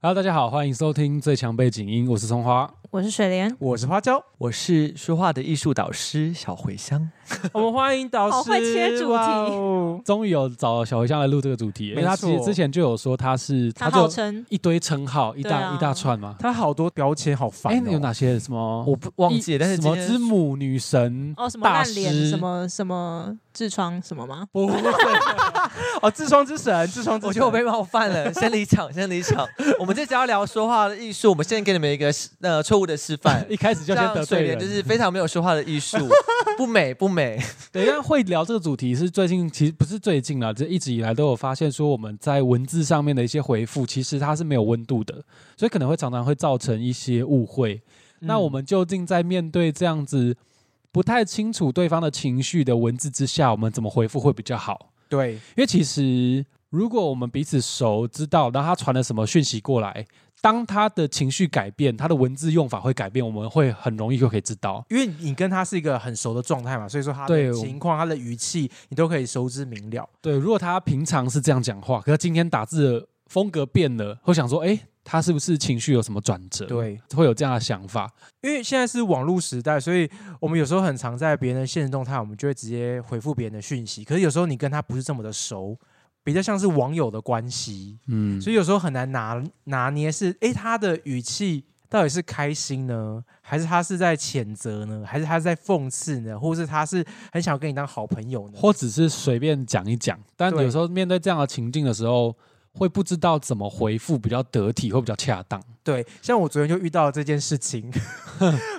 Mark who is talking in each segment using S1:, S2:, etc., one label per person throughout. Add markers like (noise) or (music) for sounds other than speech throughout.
S1: Hello，大家好，欢迎收听最强背景音，我是葱花。
S2: 我是水莲，
S3: 我是花椒，
S4: 我是说话的艺术导师小茴香，
S3: 我们欢迎导师。
S2: 好会切主题
S3: 哇哦
S1: 终于有找小茴香来录这个主题，因为他
S3: 没
S1: 其
S3: 错
S1: 实之前就有说他是，
S2: 他
S1: 就
S2: 号称
S1: 一堆称号，一大、
S2: 对啊
S1: 一大串嘛。
S3: 他好多标签，好烦、
S1: 哎、
S3: 哦。
S1: 有哪些什么？
S4: 我不忘记了，但是
S1: 什么
S4: 今天
S1: 之母女神？
S2: 哦什么
S1: 大
S2: 烂
S1: 师
S2: 脸什么什么痔疮什么吗？
S1: 不是，，
S3: 哦，自创之神，自创之神。
S4: 我觉得我被冒犯 (laughs) 了，先离场，先离场。我们这集要聊说话的艺术，我们现在给你们一个呃错误的示 (laughs) 范
S1: 一开始就先
S4: 让
S1: 得
S4: 水
S1: 罪
S4: 莲
S1: 人。
S4: 就是非常没有说话的艺 (laughs) 术，不美不美。
S1: 对，但会聊这个主题是最近，其实不是最近啦，这一直以来都有发现说我们在文字上面的一些回复，其实它是没有温度的，所以可能会常常会造成一些误会。
S3: 嗯
S1: 那我们究竟在面对这样子不太清楚对方的情绪的文字之下，我们怎么回复会比较好？
S3: 对
S1: 因为其实如果我们彼此熟，知道然后他传了什么讯息过来，当他的情绪改变，他的文字用法会改变，我们会很容易就可以知道。
S3: 因为你跟他是一个很熟的状态嘛，所以说他
S1: 对
S3: 的情况、他的语气，你都可以熟知明了。
S1: 对，如果他平常是这样讲话，可是今天打字的风格变了，会想说，哎，他是不是情绪有什么转折？，
S3: 对，
S1: 会有这样的想法。
S3: 因为现在是网络时代，所以我们有时候很常在别人的现实动态，我们就会直接回复别人的讯息。可是有时候你跟他不是这么的熟，比较像是网友的关系，
S1: 嗯，
S3: 所以有时候很难拿拿捏是，诶，他的语气到底是开心呢，还是他是在谴责呢，还是他是在讽刺呢，或是他是很想跟你当好朋友呢？
S1: 或只是随便讲一讲，但
S3: 对
S1: 有时候面对这样的情境的时候，会不知道怎么回复比较得体，会比较恰当。
S3: 对，像我昨天就遇到这件事情， (laughs)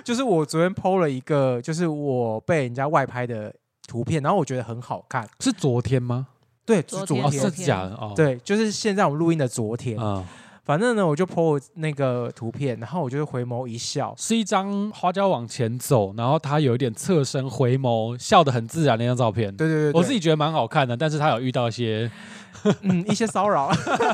S3: 就是我昨天 PO 了一个，就是我被人家外拍的图片，然后我觉得很好看，
S1: 是昨天吗？
S3: 对，
S2: 昨
S3: 是
S2: 天
S3: 昨
S1: 哦，
S2: 天
S1: 是假的哦。，
S3: 对，就是现在我们录音的昨天，
S1: 嗯，
S3: 反正呢，我就 PO 那个图片，然后我就回眸一笑，
S1: 是一张花椒往前走，然后他有一点侧身回眸，笑得很自然那张照片。
S3: 对对对对
S1: 我自己觉得蛮好看的，但是他有遇到一些
S3: 嗯，一些骚扰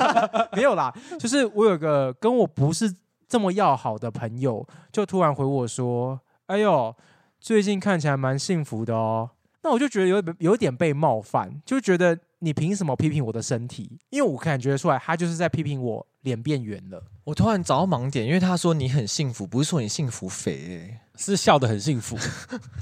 S3: (laughs) 没有啦，就是我有个跟我不是这么要好的朋友，就突然回我说：“哎呦，最近看起来蛮幸福的哦。”那我就觉得有点有点被冒犯，就觉得你凭什么批评我的身体？因为我感觉出来，他就是在批评我脸变圆了。
S4: 我突然找到盲点，因为他说你很幸福，不是说你幸福肥、欸。
S1: 是笑得很幸
S3: (laughs)
S1: 福。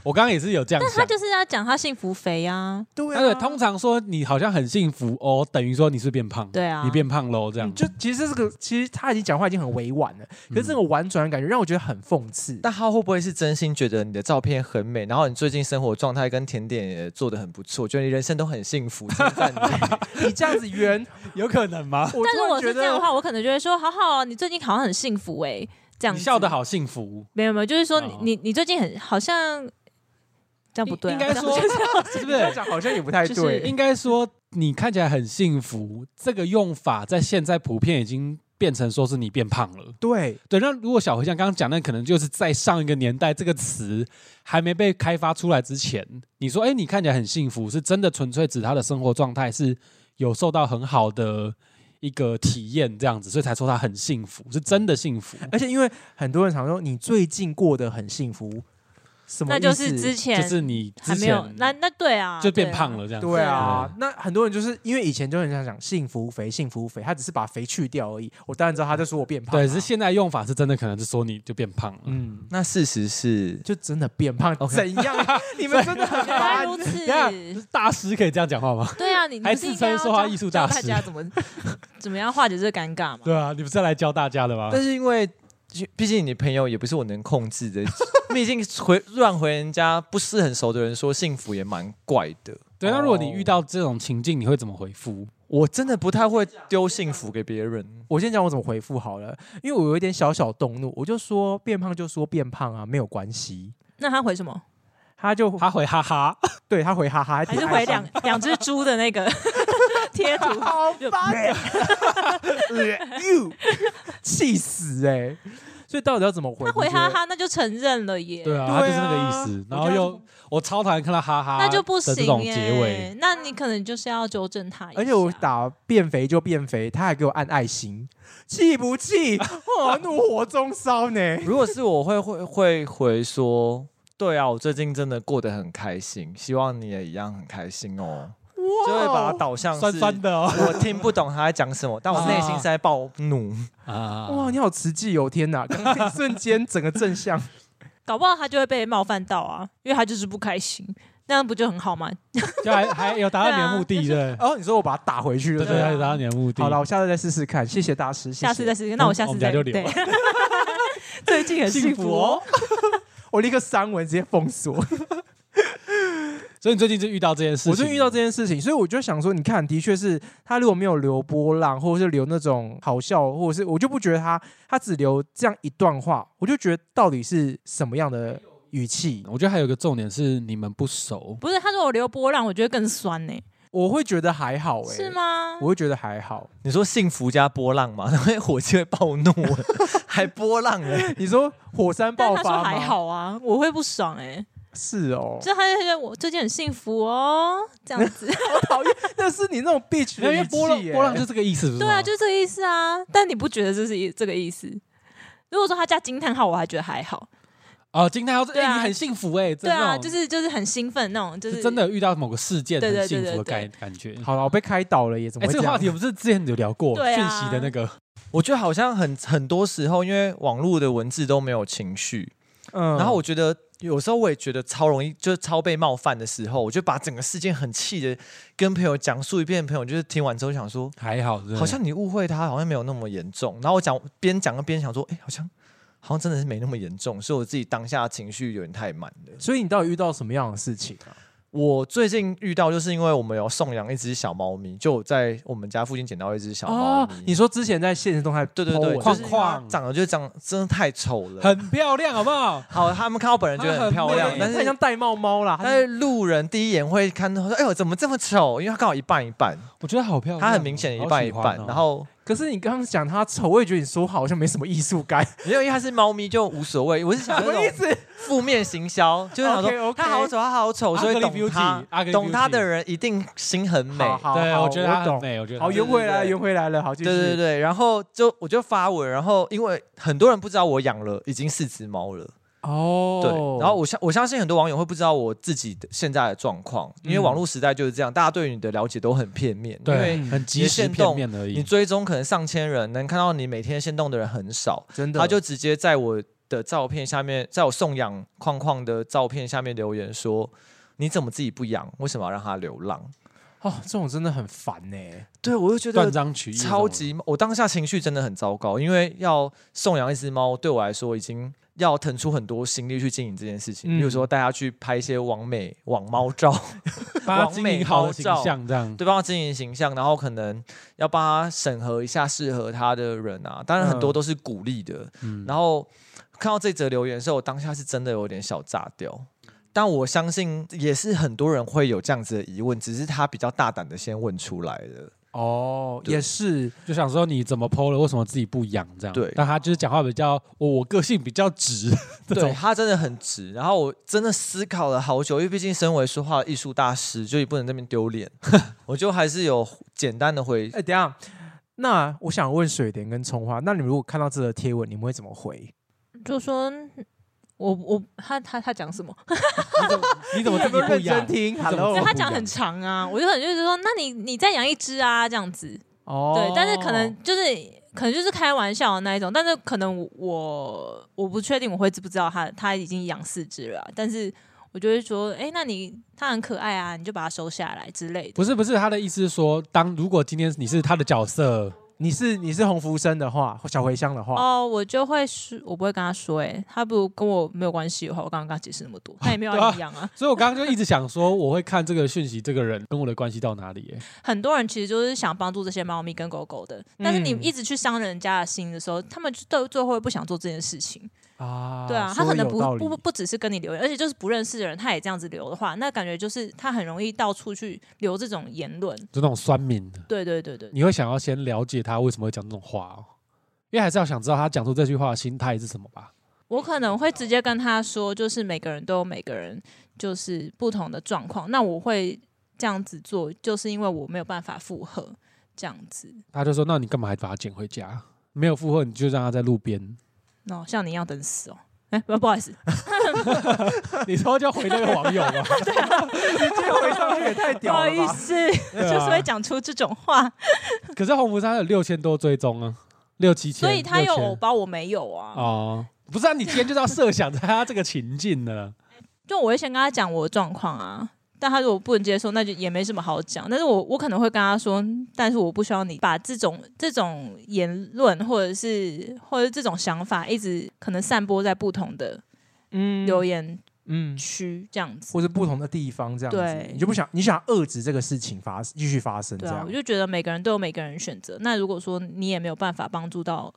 S1: 我刚刚也是有这样
S2: 但
S1: 想
S2: 他。就是要讲他幸福肥啊，
S3: 对
S1: 而且通常说你好像很幸福哦，等于说你是变胖，
S2: 对啊
S1: 你变胖喽，这样
S3: 嗯就其实这个，其实他已经讲话已经很委婉了，可是这个婉转的感觉让我觉得很讽刺。
S4: 但他会不会是真心觉得你的照片很美，然后你最近生活状态跟甜点也做得很不错，觉得你人生都很幸福，称赞 (laughs) 你。
S3: 你这样子圆，
S1: 有可能吗？
S3: 我
S2: 但
S3: 突
S2: 如
S3: 然
S2: 果
S3: 觉
S2: 是这样的
S3: 得
S2: 话，我可能就会说，好好哦，你最近好像很幸福哎、这样
S1: 你
S2: 子
S1: 笑得，好幸福，
S2: 没有没有，就是说你
S1: 哦
S2: 你你最近很好像这样不 (laughs) 对啊、
S1: 应该
S2: 这样
S1: 说
S2: 就是
S1: 是不
S3: 这样
S1: 是？
S3: 讲好像也不太
S2: 就是
S3: 对。
S1: (laughs) 应该说你看起来很幸福，这个用法在现在普遍已经变成说是你变胖了。
S3: 对，
S1: 对，那如果小茴香刚刚讲，那可能就是在上一个年代这个词还没被开发出来之前，你说哎、你看起来很幸福，是真的纯粹指他的生活状态是有受到很好的一个体验这样子，所以才说他很幸福，是真的幸福。
S3: 而且因为很多人常说你最近过得很幸福，什么
S2: 那
S3: 意思
S2: 就是之前
S1: 就是你之
S2: 还没
S1: 前
S2: 有，那那对啊，
S1: 就
S2: 对
S1: 变
S2: 啊
S1: 胖。了这样子。
S3: 对啊，那很多人就是因为以前就很想讲幸福肥、幸福肥，他只是把肥去掉而已。我当然知道他在说我变胖、啊，
S1: 对，只是现在用法是真的，可能是说你就变胖了。
S3: 嗯，
S4: 那事实是，
S3: 就真的变胖
S4: OK
S3: (laughs) 怎样？啊你们真的很
S2: 原来
S1: (laughs)
S3: 烦
S2: 如此，
S1: 等大师可以这样讲话吗？ (laughs)
S2: 对啊，你
S1: 还
S2: 是
S1: 自称说话艺术大师
S2: 大家怎么 (laughs) 怎么样化解这个尴尬嘛？
S1: 对啊，你不是来教大家的吗？
S4: 但是因为毕竟你朋友也不是我能控制的， (laughs) 毕竟回乱回人家不是很熟的人说幸福也蛮怪的。
S1: 对，那如果
S2: 哦
S1: 你遇到这种情境，你会怎么回复？
S4: 我真的不太会丢幸福给别人，
S3: 我先讲我怎么回复好了，因为我有一点小小动怒，我就说变胖就说变胖啊，没有关系。
S2: 那他回什么？
S3: 他就
S1: 他回哈哈，
S3: 对他回哈哈，
S2: 还
S3: 挺
S2: 是
S3: 开
S2: 回
S3: 心
S2: 两两只猪的那 (laughs) 个贴图？
S3: 好烦 (laughs) 呃，you 气死哎、所以到底要怎么回？
S2: 他回
S3: 你觉得
S2: 哈，哈，那就承认了耶。
S1: (laughs) 对啊，
S3: 对啊
S1: 他就是那个意思。然后
S3: 我觉
S1: 又我超讨厌看到哈哈，
S2: 那就不行
S1: 啊这种
S2: 耶
S1: 结尾。
S2: 那你可能就是要纠正他一下。
S3: 而且我打变肥就变肥，他还给我按爱心，气不气？哦，怒火中烧呢。
S4: 如果是我会会会回说，对啊，我最近真的过得很开心，希望你也一样很开心哦。就会把它导向是
S1: 酸酸的啊哦
S4: 我听不懂他在讲什么，但我内心是在暴怒。
S1: (laughs) 啊
S3: 哇，你好慈济哦！天哪，刚刚一瞬间整个正向，
S2: 搞不好他就会被冒犯到啊，因为他就是不开心，那样不就很好吗？
S1: 就还还有达到你的目的，对
S2: 啊
S3: 哦，你说我把它打回去
S1: 对
S3: 了，
S1: 对，
S2: 对啊
S1: 还有达到你的目的。
S3: 好了，，我下次再试试看，谢谢大师，谢谢
S2: 下次再试试，那我下
S1: 我
S2: 次
S1: 们家
S2: 再
S1: 就留
S2: 对。 (laughs) 最近很幸
S1: 幸
S2: 福
S1: 福
S2: 哦
S1: 哦，
S3: (laughs) 我立刻删文直接封锁。
S1: 所以你最近就遇到这件事情，
S3: 我就遇到这件事情，所以我就想说，你看，的确是他如果没有留波浪，或者是留那种好笑，或者是我就不觉得他他只留这样一段话，我就觉得到底是什么样的语气，
S1: 我觉得还有一个重点是你们不熟，
S2: 不是他说我留波浪，我觉得更酸呢、
S3: 我会觉得还好哎、
S2: 是？吗？
S3: 我会觉得还好。
S4: 你说幸福加波浪嘛， (laughs) 因为火气会暴怒，还波浪嘞。
S3: 你说火山
S2: 但
S3: 爆
S2: 他说
S3: 发吗？
S2: 还，好啊，我会不爽哎、
S3: 是哦，
S2: 就他就觉得我最近很幸福哦，这样子。
S3: 好讨厌，那是你那种 bitch
S1: 没有
S3: 的
S1: 因
S3: 语
S1: 为
S3: 气、
S1: 波浪
S3: 欸。
S1: 波浪就是这个意思，不是吗
S2: 对啊，就是这个意思啊。但你不觉得这是一这个意思？如果说他加惊叹号，我还觉得还好。
S1: 哦，惊叹号，
S2: 对啊
S1: 哎，你很幸福哎，
S2: 对啊，就是是就是很兴奋那种，就是
S1: 真的遇到某个事件
S2: 对对
S1: 很
S2: 对
S1: 幸
S2: 对
S1: 福的
S2: 对
S1: 感感觉。
S3: 好了，我被开导了耶，怎
S1: 哎，
S3: 么会
S1: 这
S3: 这
S1: 个
S3: 样？
S1: 话题我们是之前有聊过
S2: 对
S1: 讯
S2: 啊
S1: 息的那个，
S4: 我觉得好像很很多时候，因为网络的文字都没有情绪，
S3: 嗯
S4: 然后我觉得有时候我也觉得超容易，就是超被冒犯的时候，我就把整个事件很气的跟朋友讲述一遍，朋友就是听完之后想说，
S1: 还好，对不对
S4: 好像你误会他，好像没有那么严重。然后我讲边讲边想说，哎、好像好像真的是没那么严重，所以我自己当下情绪有点太满了。
S3: 所以你到底遇到什么样的事情啊？
S4: 我最近遇到，就是因为我们有送养一只小猫咪，就我在我们家附近捡到一只小猫咪。
S3: 哦你说之前在现实动态
S4: 对对
S3: po
S4: 对，
S3: 文
S4: 就是
S1: 框框
S4: 长得就长，真的太丑了。
S1: 很漂亮，好不好？
S4: 好，他们看到本人觉得很漂
S1: 她
S4: 亮，但
S1: 很
S3: 但
S1: 美
S3: 是
S4: 是
S3: 很像玳瑁猫啦，
S4: 但是路人第一眼会看到说，哎呦，怎么这么丑？因为它刚好一半一半，
S1: 我觉得好漂亮哦，
S4: 它很明显一
S1: 好
S4: 半一
S1: 喜欢
S4: 半。
S1: 哦
S4: 然后
S3: 可是你刚刚讲它丑，我也觉得你说话好像没什么艺术感，
S4: 没有，因为它是猫咪就无所谓。我是
S1: (laughs)
S4: 想
S3: 什
S4: 那
S3: 么意
S4: 种
S3: 思？
S4: 负面行销，就是想说
S3: OK，OK
S4: 它好丑，它好丑，所以
S1: Ugly
S4: 懂它
S1: beauty，ugly，
S4: 懂它
S1: beauty
S4: 的人一定心很美。
S3: 好好
S1: 对，
S3: 好
S1: 我觉得她很
S3: 懂。
S1: 美，我觉得她
S3: 好，
S1: 很
S3: 圆
S1: 美
S3: 回
S4: 对
S3: 来，
S4: 对对
S3: 圆回来了，好，继续。
S4: 对对对，然后就我就发文，然后因为很多人不知道我养了已经四只猫了，
S3: 哦，
S4: 对，然后我相我相信很多网友会不知道我自己的现在的状况，因为
S3: 嗯
S4: 网络时代就是这样，大家对你的了解都很片面，因
S1: 对
S4: 为
S1: 很及时
S4: 限
S1: 片
S4: 动
S1: 面而
S4: 你
S1: 已。
S4: 追踪可能上千人，能看到你每天先动的人很少，
S3: 真的，
S4: 他就直接在我的照片下面，在我送养框框的照片下面留言说：“你怎么自己不养？为什么要让它流浪
S3: 哦，这种真的很烦呢。？”
S4: 对，我就觉
S1: 断
S4: 得
S1: 章取义那种，
S4: 超级，我当下情绪真的很糟糕，因为要送养一只猫，对我来说已经要腾出很多心力去经营这件事情。
S3: 嗯
S4: 比如说带它去拍一些网美网猫
S3: (laughs)
S4: 照，
S1: 把它
S4: 完
S1: 经
S4: 美
S1: 营好
S4: 高
S1: 的形
S4: 照
S1: 象这样。
S4: 对，帮它经营形象，然后可能要帮它审核一下适合它的人啊。当然很多
S3: 嗯
S4: 都是鼓励的。
S1: 嗯
S4: 然后看到这则留言的时候，我当下是真的有点小炸掉。但我相信也是很多人会有这样子的疑问，只是他比较大胆的先问出来了。
S3: 哦，
S4: 对
S3: 也是，
S1: 就想说你怎么剖了，为什么自己不养这样？
S4: 对
S1: 但他就是讲话比较，我我个性比较
S4: (laughs)
S1: 直， (laughs) 这
S4: 对
S1: 种
S4: 他真的很直，然后我真的思考了好久，因为毕竟身为说话的艺术大师，就也不能那边
S1: (laughs)
S4: 丢脸，我就还是有简单的回。
S3: 哎，等一下。那我想问水莲跟葱花，那你们如果看到这个贴文，你们会怎么回？
S2: 就说我我他他他讲什么？
S1: 你怎么你怎么自己不
S3: 认真
S1: 养？
S3: 听
S1: 怎么
S3: ？Hello，
S1: 哦
S2: 所以他
S1: 不
S2: 讲
S1: 一
S2: 很
S1: 样
S2: 长啊，我就很就是说，那你你再养一只啊，这样子。
S3: 哦
S2: 对，但是可能就是可能就是开玩笑的那一种，但是可能我我不确定我会知不知道他他已经养四只了啊，但是我就会说，哎、那你它很可爱啊，你就把它收下来之类的。
S1: 不是不是，他的意思是说，当如果今天你是他的角色，
S3: 你是你是红福生的话，小茴香的话，
S2: 哦，我就会说，我不会跟他说、哎，他不跟我没有关系的话，我刚刚跟他解释那
S3: (laughs)
S2: 么多，他也没有
S1: 对啊
S2: 要养啊。
S1: 所以我刚刚就一直想说，我会看这个讯息，这个人跟我的关系到哪里、欸？
S2: 很多人其实就是想帮助这些猫咪跟狗狗的，但是你
S3: 嗯
S2: 一直去伤人家的心的时候，他们就到最后会不想做这件事情。
S3: 啊
S2: 对啊，他
S3: 说
S2: 可能
S3: 有
S2: 不
S3: 道
S2: 不
S3: 理
S2: 不不只是跟你留言，而且就是不认识的人，他也这样子留的话，那感觉就是他很容易到处去留这种言论。
S1: 就那种酸民的，
S2: 对对对对，
S1: 你会想要先了解他为什么会讲这种话哦，因为还是要想知道他讲出这句话的心态是什么吧。
S2: 我可能会直接跟他说，就是每个人都有每个人就是不同的状况，那我会这样子做，就是因为我没有办法复合这样子。
S1: 他就说，那你干嘛还把他捡回家？没有附和，你就让他在路边。 (laughs)
S2: 哦，像你一样等死哦。哎、不不好意思，
S1: 你说就回那个网友
S2: (laughs)
S1: 吧，
S3: 直接回上去也太
S2: 不
S3: 屌
S2: 好
S3: 了
S2: 意
S3: 吧！ (laughs)
S2: 思，
S1: 对啊
S2: 就是会讲出这种话，
S1: 可是洪福山有六千多追踪啊，六七千，
S2: 所以他有
S1: 6000
S2: 偶包，我没有啊。
S1: 哦，不是啊，你今天就是要设想他这个情境呢。
S2: 就我会先跟他讲我的状况啊，但他如果不能接受，那就也没什么好讲。但是我我可能会跟他说，但是我不需要你把这种这种言论或者是或者这种想法一直可能散播在不同的
S3: 嗯
S2: 留言
S3: 嗯，
S2: 区这样子。
S3: 或是不同的地方这样子
S2: 对，
S3: 你就不想你想遏制这个事情发继续发
S1: 嗯
S3: 生这
S2: 对啊，
S3: 样
S2: 我。就觉得每个人都有每个人选择。那如果说你也没有办法帮助到，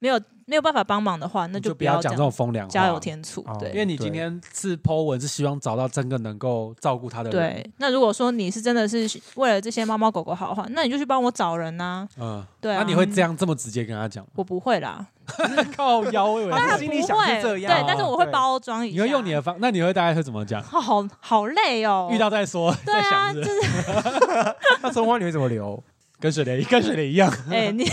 S2: 没有没有办法帮忙的 (laughs) 话，那
S1: 你就
S2: 不
S1: 要
S2: 要
S1: 讲这种风凉话，
S2: 加油，添醋
S3: 哦。
S1: 因
S2: 对
S1: 为你今天是 Po 文，是希望找到真的能够照顾他的人。
S2: 对，那如果说你是真的是为了这些猫猫狗狗好的话，那你就去帮我找人呐、
S1: 嗯，
S2: 对啊
S1: 那你会这样这么直接跟他讲吗？
S2: 我不会啦，
S1: 靠腰，我以为
S3: 他
S2: 当然
S1: 是
S2: 不
S3: 心
S2: 会，
S3: 里想是这样
S1: 啊
S2: 对，但是我会
S3: 对
S2: 包装一
S1: (laughs)
S2: 下。
S1: 你会用你的方，那你会大概会怎么讲？
S2: 哦好好累哦，
S1: (laughs) 遇到再说，
S2: 对
S1: 再
S2: 啊，
S1: 想
S2: 就
S1: 着
S2: 是
S3: 那中花你会怎么留？
S1: 跟水莲跟水莲
S2: (laughs)
S1: 一样，(laughs)
S2: 哎、你，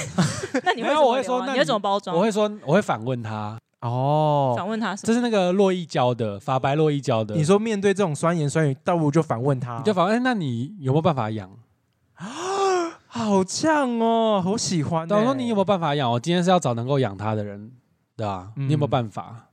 S2: 那你
S1: 没有
S2: 会怎么
S1: 我会
S2: 留
S1: 说
S2: 啊
S1: 那
S2: 你会
S1: 你
S2: 怎么包装？
S1: 我会说我会反问他，
S3: 哦，
S2: 反问他什
S1: 这
S2: 么？
S1: 是那个洛邑教的法白洛邑教的，
S3: 你说面对这种酸言酸语，倒不如就反问他，
S1: 你就反问，哎那你有没有办法养？
S3: 好呛哦，好喜欢欸。
S1: 对，我说你有没有办法养？我今天是要找能够养它的人，对啊，
S3: 嗯
S1: 你有没有办法？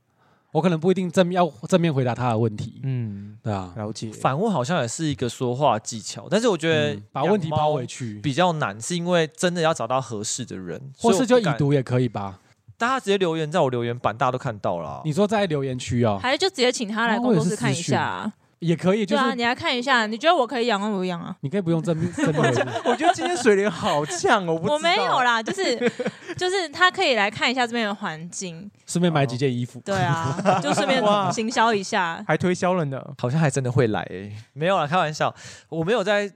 S1: 我可能不一定正面要正面回答他的问题，
S3: 嗯
S1: 对啊，
S3: 了解？
S4: 反问好像也是一个说话技巧，但是我觉得、
S1: 嗯把问题抛回去，
S4: 比较难，是因为真的要找到合适的人，
S1: 或是就已
S4: 以读，
S1: 读也可以吧？
S4: 大家直接留言在我留言板，大家都看到了啊、
S1: 你说在留言区哦，
S2: 还是就直接请他来
S1: 哦
S2: 工
S1: 我也
S2: 作
S1: 是
S2: 室看一
S1: 私讯
S2: 下、啊？
S1: 也可以，就
S2: 对啊，
S1: 是
S2: 你来看一下，你觉得我可以养吗？我就养啊。
S1: 你可以不用正面正面回复，
S3: 我觉得今天水莲好呛哦，
S2: 我
S3: 我
S2: 没有啦，就是
S1: (laughs)
S2: 就是他可以来看一下这边的环境，
S1: 顺便买几件衣服。
S2: 对啊，就顺便
S3: 哇
S2: 行销一下。
S3: 还推销了呢。
S4: 好像还真的会来、欸，没有啦，开玩笑，我没有在，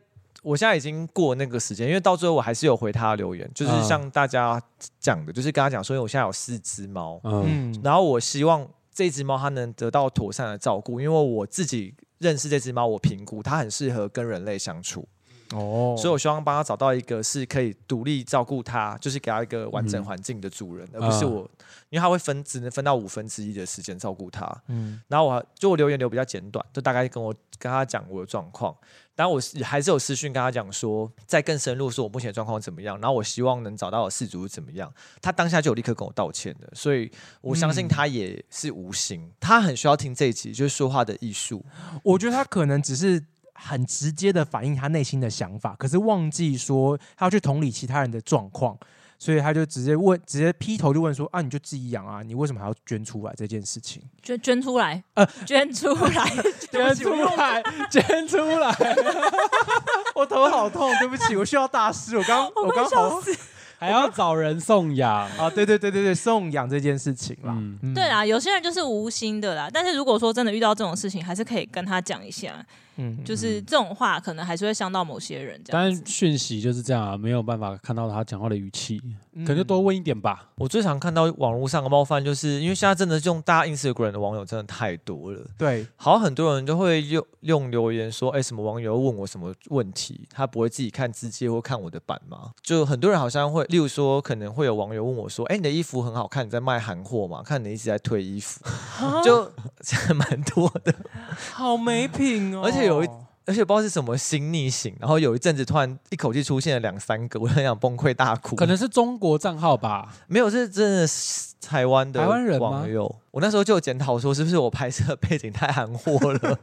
S4: 我现在已经过那个时间，因为到最后我还是有回他的留言，就是
S1: 嗯
S4: 像大家讲的，就是跟他讲说，因为我现在有四只猫，
S1: (laughs) 嗯，
S3: 嗯，
S4: 然后我希望这只猫它能得到妥善的照顾，因为我自己认识这只猫，我评估它很适合跟人类相处，
S3: 哦
S4: 所以我希望帮它找到一个是可以独立照顾它，就是给它一个完整环境的主人，而不是
S1: 嗯
S4: 我，因为它会分只能分到五分之一的时间照顾它。
S3: 嗯
S4: 然后我还就我留言留比较简短，就大概跟我跟他讲我的状况，然后我是还是有私讯跟他讲说，再更深入说我目前的状况怎么样，然后我希望能找到我事主是怎么样。他当下就有立刻跟我道歉的，所以我相信
S3: 嗯
S4: 他也是无心，他很需要听这一集，就是说话的艺术。
S3: 我觉得他可能只是很直接的反映他内心的想法，可是忘记说他要去同理其他人的状况，所以他就直接问，直接劈头就问说啊，你就自己养啊，你为什么还要捐出来这件事情？
S2: 捐捐出来，
S1: 呃
S2: 捐
S1: (laughs)
S2: 出来，
S1: 捐出来，捐啊出来，
S3: 我头好痛，对不起，我需要大师，
S1: (laughs)
S3: 我刚我刚好
S1: 还要找人送养。
S3: 啊，对对对对对，送养这件事情啦，
S1: 嗯
S3: 嗯
S2: 对，啦，有些人就是无心的啦，但是如果说真的遇到这种事情，还是可以跟他讲一下，
S3: 嗯
S2: 就是这种话可能还是会伤到某些人这样
S1: 但
S2: 子。
S1: 讯息就是这样啊，没有办法看到他讲话的语气，
S3: 嗯
S1: 可能就多问一点吧。
S4: 我最常看到网络上的冒犯，就是因为现在真的用大家 Instagram 的网友真的太多了。
S3: 对，
S4: 好，很多人都会用用留言说，哎、什么网友问我什么问题，他不会自己看直接或看我的版吗？就很多人好像会，例如说，可能会有网友问我说，哎、你的衣服很好看，你在卖韩货嘛？看你一直在推衣服，就 (laughs) 蛮多的。
S3: 好没品哦，
S4: 而且有一而且不知道是什么新逆行，然后有一阵子突然一口气出现了两三个，我很想崩溃大哭。
S1: 可能是中国账号吧，
S4: 没有，是真的是台湾的
S1: 台湾人吗
S4: 网友。我那时候就有检讨说，是不是我拍摄背景太韩货了？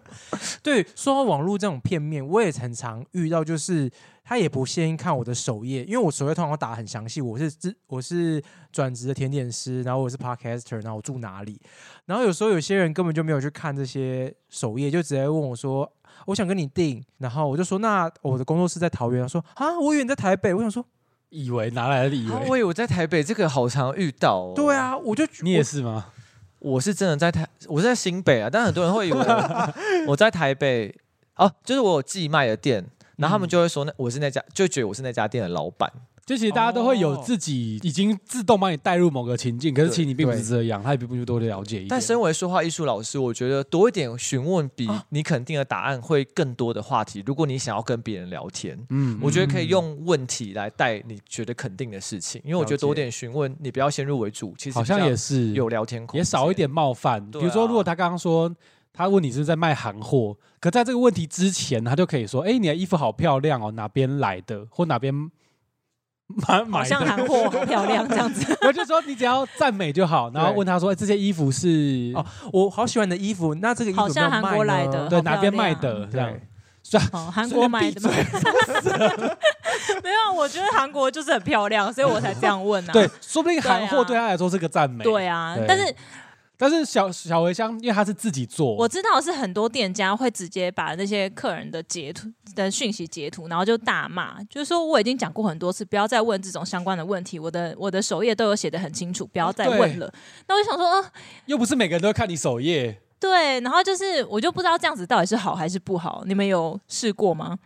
S3: 对，说到网络这种片面，我也很常遇到，就是他也不先看我的首页，因为我首页通常打得很详细，我是自我是转职的甜点师，然后我是 podcaster，然后我住哪里，然后有时候有些人根本就没有去看这些首页，就直接问我说。我想跟你订，然后我就说那我的工作室在桃园，他说啊，我以为你在台北，我想说
S1: 以为拿来的以
S4: (laughs) 啊
S1: 为，
S4: 我以为我在台北，这个好常遇到、哦。
S3: 对啊，我就
S1: 你也是吗？
S4: 我是真的在台，我是在新北啊，但很多人会以
S1: (laughs)
S4: 为我我在台北
S1: 嗯
S4: 哦、就是我有寄卖的店，然后他们就会说那我是那家，就觉得我是那家店的老板，
S1: 就其实大家都会有
S3: 哦
S1: 自己已经自动把你带入某个情境，可是
S4: 对
S1: 其实你并不是
S3: 对
S1: 这样，他也并不多了解一点。
S4: 但身为说话艺术老师，我觉得多一点询问比
S1: 啊
S4: 你肯定的答案会更多的话题。如果你想要跟别人聊天，
S1: 嗯
S4: 我觉得可以
S1: 嗯
S4: 用问题来带你觉得肯定的事情，因为我觉得多点询问，你不要先入为主，其
S1: 嗯
S4: 实
S1: 好像
S4: 比较
S1: 也是
S4: 有聊天空间，
S1: 也少一点冒犯。比
S4: 对啊
S1: 如说，如果他刚刚说他问你是不是在卖行货，可在这个问题之前，他就可以说：“哎、你的衣服好漂亮哦，哪边来的，或哪边 (laughs) 买
S2: 好
S1: 买
S2: 像
S1: 的。
S2: 韩货好漂亮这样子。”
S1: (laughs) 我就说你只要赞美就
S2: (laughs)
S1: 好，然后
S3: 对
S1: 问他说：“哎、这些衣服是
S3: 哦我好喜欢你的衣服，那这个衣服
S2: 好像
S3: 有没有
S2: 韩国
S3: 卖
S2: 来
S3: 呢
S2: 的
S1: 对
S2: 好
S1: 哪
S2: 漂
S1: 边卖
S2: 亮
S1: 的？”这样
S3: 对，
S2: 哦，韩国买的吗？ (laughs) 没有，啊我觉得韩国就是很漂亮，所以我才这样问啊。
S1: 对，说不定
S2: 对啊
S1: 韩货对他来说是个赞美。
S2: 对啊
S1: 对，
S2: 但是
S1: 但是小小茴香，因为他是自己做，
S2: 我知道是很多店家会直接把那些客人的截图的讯息截图，然后就大骂，就是说我已经讲过很多次，不要再问这种相关的问题，我的我的首页都有写的很清楚，不要再问了。那我就想说，哦、
S1: 又不是每个人都看你首页。
S2: 对，然后就是我就不知道这样子到底是好还是不好，你们有试过吗？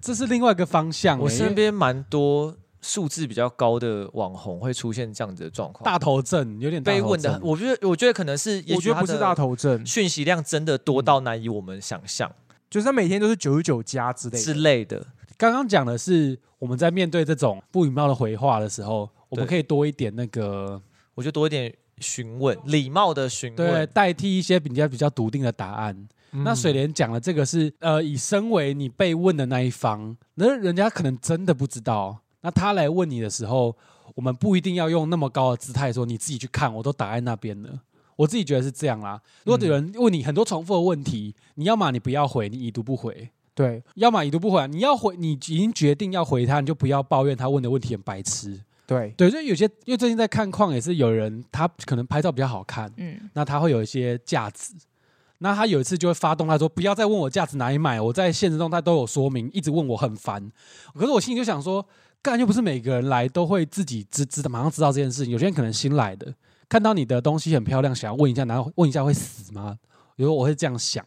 S1: 这是另外一个方向、
S4: 我
S1: 哎
S4: 身边蛮多素质比较高的网红会出现这样子的状况，
S1: 大头症有点大头
S4: 被问的
S1: 症，
S4: 我觉得我觉得可能是，也
S3: 我
S4: 许
S3: 觉得不
S4: 他
S3: 是
S4: 的
S3: 大头症，
S4: 讯息量真的多到难以我们想象
S3: 就是他每天都是九十九加之类
S4: 之
S3: 的。
S4: 类的。
S1: 刚刚讲的是我们在面对这种不礼貌的回话的时候，我们可以多一点那个
S4: 我觉得多一点询问，礼貌的询
S1: 对
S4: 问，
S1: 代替一些比较比较笃定的答案。
S3: 嗯
S1: 那水莲讲的这个是呃，以身为你被问的那一方，那人家可能真的不知道，那他来问你的时候，我们不一定要用那么高的姿态说你自己去看，我都打在那边了。我自己觉得是这样啦。如果有人问你很多重复的问题，你要么你不要回，你已读不回。
S3: 对
S1: 要么已读不回，啊你要回，你已经决定要回他，你就不要抱怨他问的问题很白痴。
S3: 对，
S1: 对，所以有些因为最近在看矿，也是有人他可能拍照比较好看，
S2: 嗯，
S1: 那他会有一些价值。那他有一次就会发动，他说：“不要再问我价值哪里买，我在现实中他都有说明，一直问我很烦。”可是我心里就想说，干又不是每个人来都会自己知知道马上知道这件事情，有些人可能新来的，看到你的东西很漂亮，想要问一下，然后问一下会死吗？有时候我会这样想，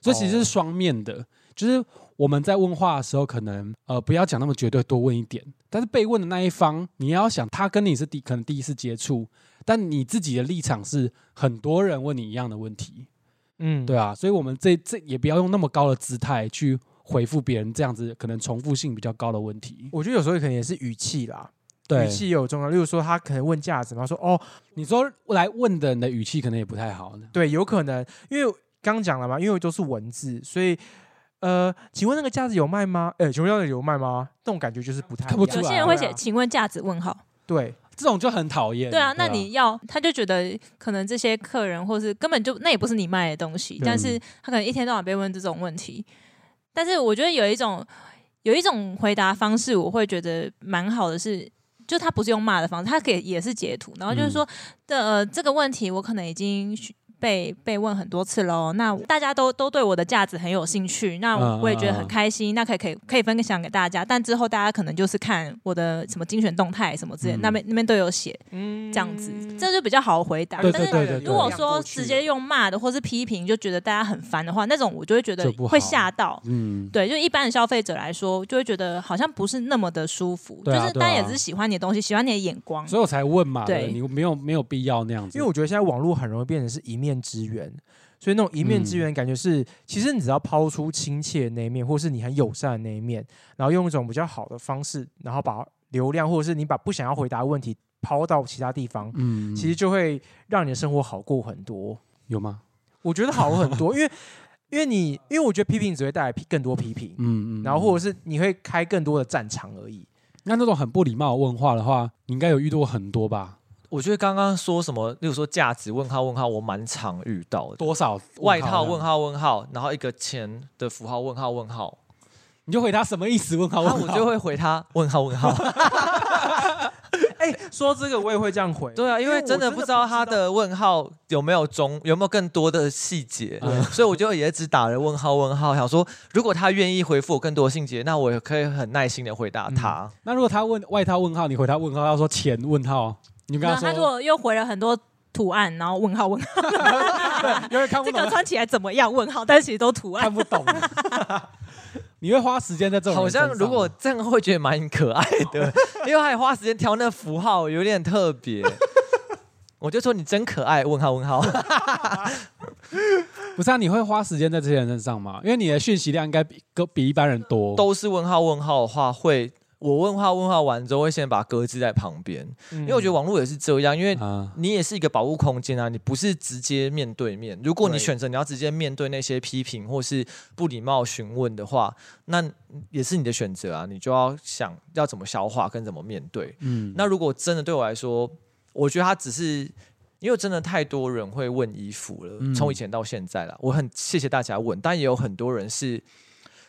S1: 所以其实是双面的，就是我们在问话的时候，可能呃不要讲那么绝对，多问一点。但是被问的那一方，你要想他跟你是第可能第一次接触，但你自己的立场是很多人问你一样的问题，
S3: 嗯，
S1: 对啊，所以我们这这也不要用那么高的姿态去回复别人这样子可能重复性比较高的问题。
S3: 我觉得有时候可能也是语气啦，
S1: 对
S3: 语，气也有重要。例如说，他可能问价值嘛，说哦，
S1: 你说来问的人的语气可能也不太好，
S3: 对，有可能，因为刚讲了嘛，因为都是文字，所以呃，请问那个架子有卖吗？哎，请问那个有卖吗？那种感觉就是不太
S1: 看不
S3: 一样
S1: 出
S2: 有
S1: 来
S2: 些人会
S3: 对啊
S2: 写“请问价值问号
S3: 对，
S1: 这种就很讨”，厌。
S2: 对啊，那你要他就觉得可能这些客人或是根本就那也不是你卖的东西，
S1: 对
S2: 但是他可能一天到晚被问这种问题，但是我觉得有一种有一种回答方式，我会觉得蛮好的是。就他不是用骂的方式，他可以也是截图，然后就是说，的、呃、这个问题我可能已经被被问很多次喽。那大家都都对我的价值很有兴趣，那
S1: 嗯
S2: 我也觉得
S1: 嗯嗯
S2: 很开心。那可以可以可以分享给大家，但之后大家可能就是看我的什么精选动态什么之类的，
S1: 嗯
S2: 那边那边都有写。
S3: 嗯
S2: 这样子，这就比较好回答。
S1: 对
S2: 但
S1: 对
S2: 是
S1: 对对对
S2: 如果说直接用骂的或是批评，就觉得大家很烦的话，那种我就会觉得
S1: 就不好
S2: 会吓到。
S1: 嗯，
S2: 对，就一般的消费者来说，就会觉得好像不是那么的舒服。
S1: 对啊
S2: 就是
S1: 对啊
S2: 大家也只是喜欢你的东西，喜欢你的眼光。
S1: 所以我才问嘛，
S2: 对
S1: 你没有没有必要那样子，
S3: 因为我觉得现在网络很容易变成是一面之缘，所以那种一面
S4: 嗯
S3: 之缘感觉是，其实你只要抛出亲切的那一面，或是你很友善的那一面，然后用一种比较好的方式，然后把流量或者是你把不想要回答的问题抛到其他地方，
S1: 嗯，
S3: 其实就会让你的生活好过很多。
S1: 有吗？
S3: 我觉得好很多，因为因为你因为我觉得批评只会带来批更多批评，
S1: 嗯嗯，
S3: 然后或者是你会开更多的战场而已。
S1: 那那种很不礼貌的问话的话，你应该有遇到过很多吧？
S4: 我觉得刚刚说什么，例如说价值问号问号，我蛮常遇到的。
S1: 多少
S4: 外套问
S1: 号，
S4: 号问号，然后一个钱的符号问号问号，
S1: 你就回答什么意思？问号
S4: 然
S1: 问
S4: 后
S1: 号，
S4: 我就会回他问号问号。
S3: 哎、说到这个我也会这样回，
S4: 对啊，因为
S3: 我
S4: 真的不知道他的问号有没有中，有没有更多的细节，所以我就也只打了问号问号，想说如果他愿意回复我更多的细节，那我也可以很耐心的回答他。
S1: 那如果他问外套问号，你回他问号，他说钱问号，你就跟
S2: 然
S1: 他
S2: 后他如
S1: 说，
S2: 果又回了很多图案，然后问号问号，
S1: 有人看不
S2: 这
S1: 懂
S2: 个，穿起来怎么样？问号，但其实都图案。
S1: 看不懂。 (laughs) 你会花时间在这种人
S4: 好像
S1: 身上
S4: 如果
S1: 吗
S4: 这样会觉得蛮可爱 (laughs) 的，因为还花时间挑那符号，有点特 (laughs) 别。我就说你真可爱，问号问 (laughs) 号。
S1: 不是啊，你会花时间在这些人身上吗？因为你的讯息量应该比跟比一般人多。
S4: 都是问号问号的话，会我问号问号完之后，会先把它搁置在旁边，
S3: 嗯
S4: 因为我觉得网络也是这样，因为
S1: 啊，
S4: 你也是一个保护空间啊，你不是直接面对面。如果你
S3: 对
S4: 选择你要直接面对那些批评或是不礼貌询问的话，那也是你的选择啊，你就要想要怎么消化跟怎么面对。
S1: 嗯
S4: 那如果真的对我来说，我觉得他只是因为真的太多人会问衣服
S1: 嗯
S4: 了，从以前到现在了，我很谢谢大家问，但也有很多人是。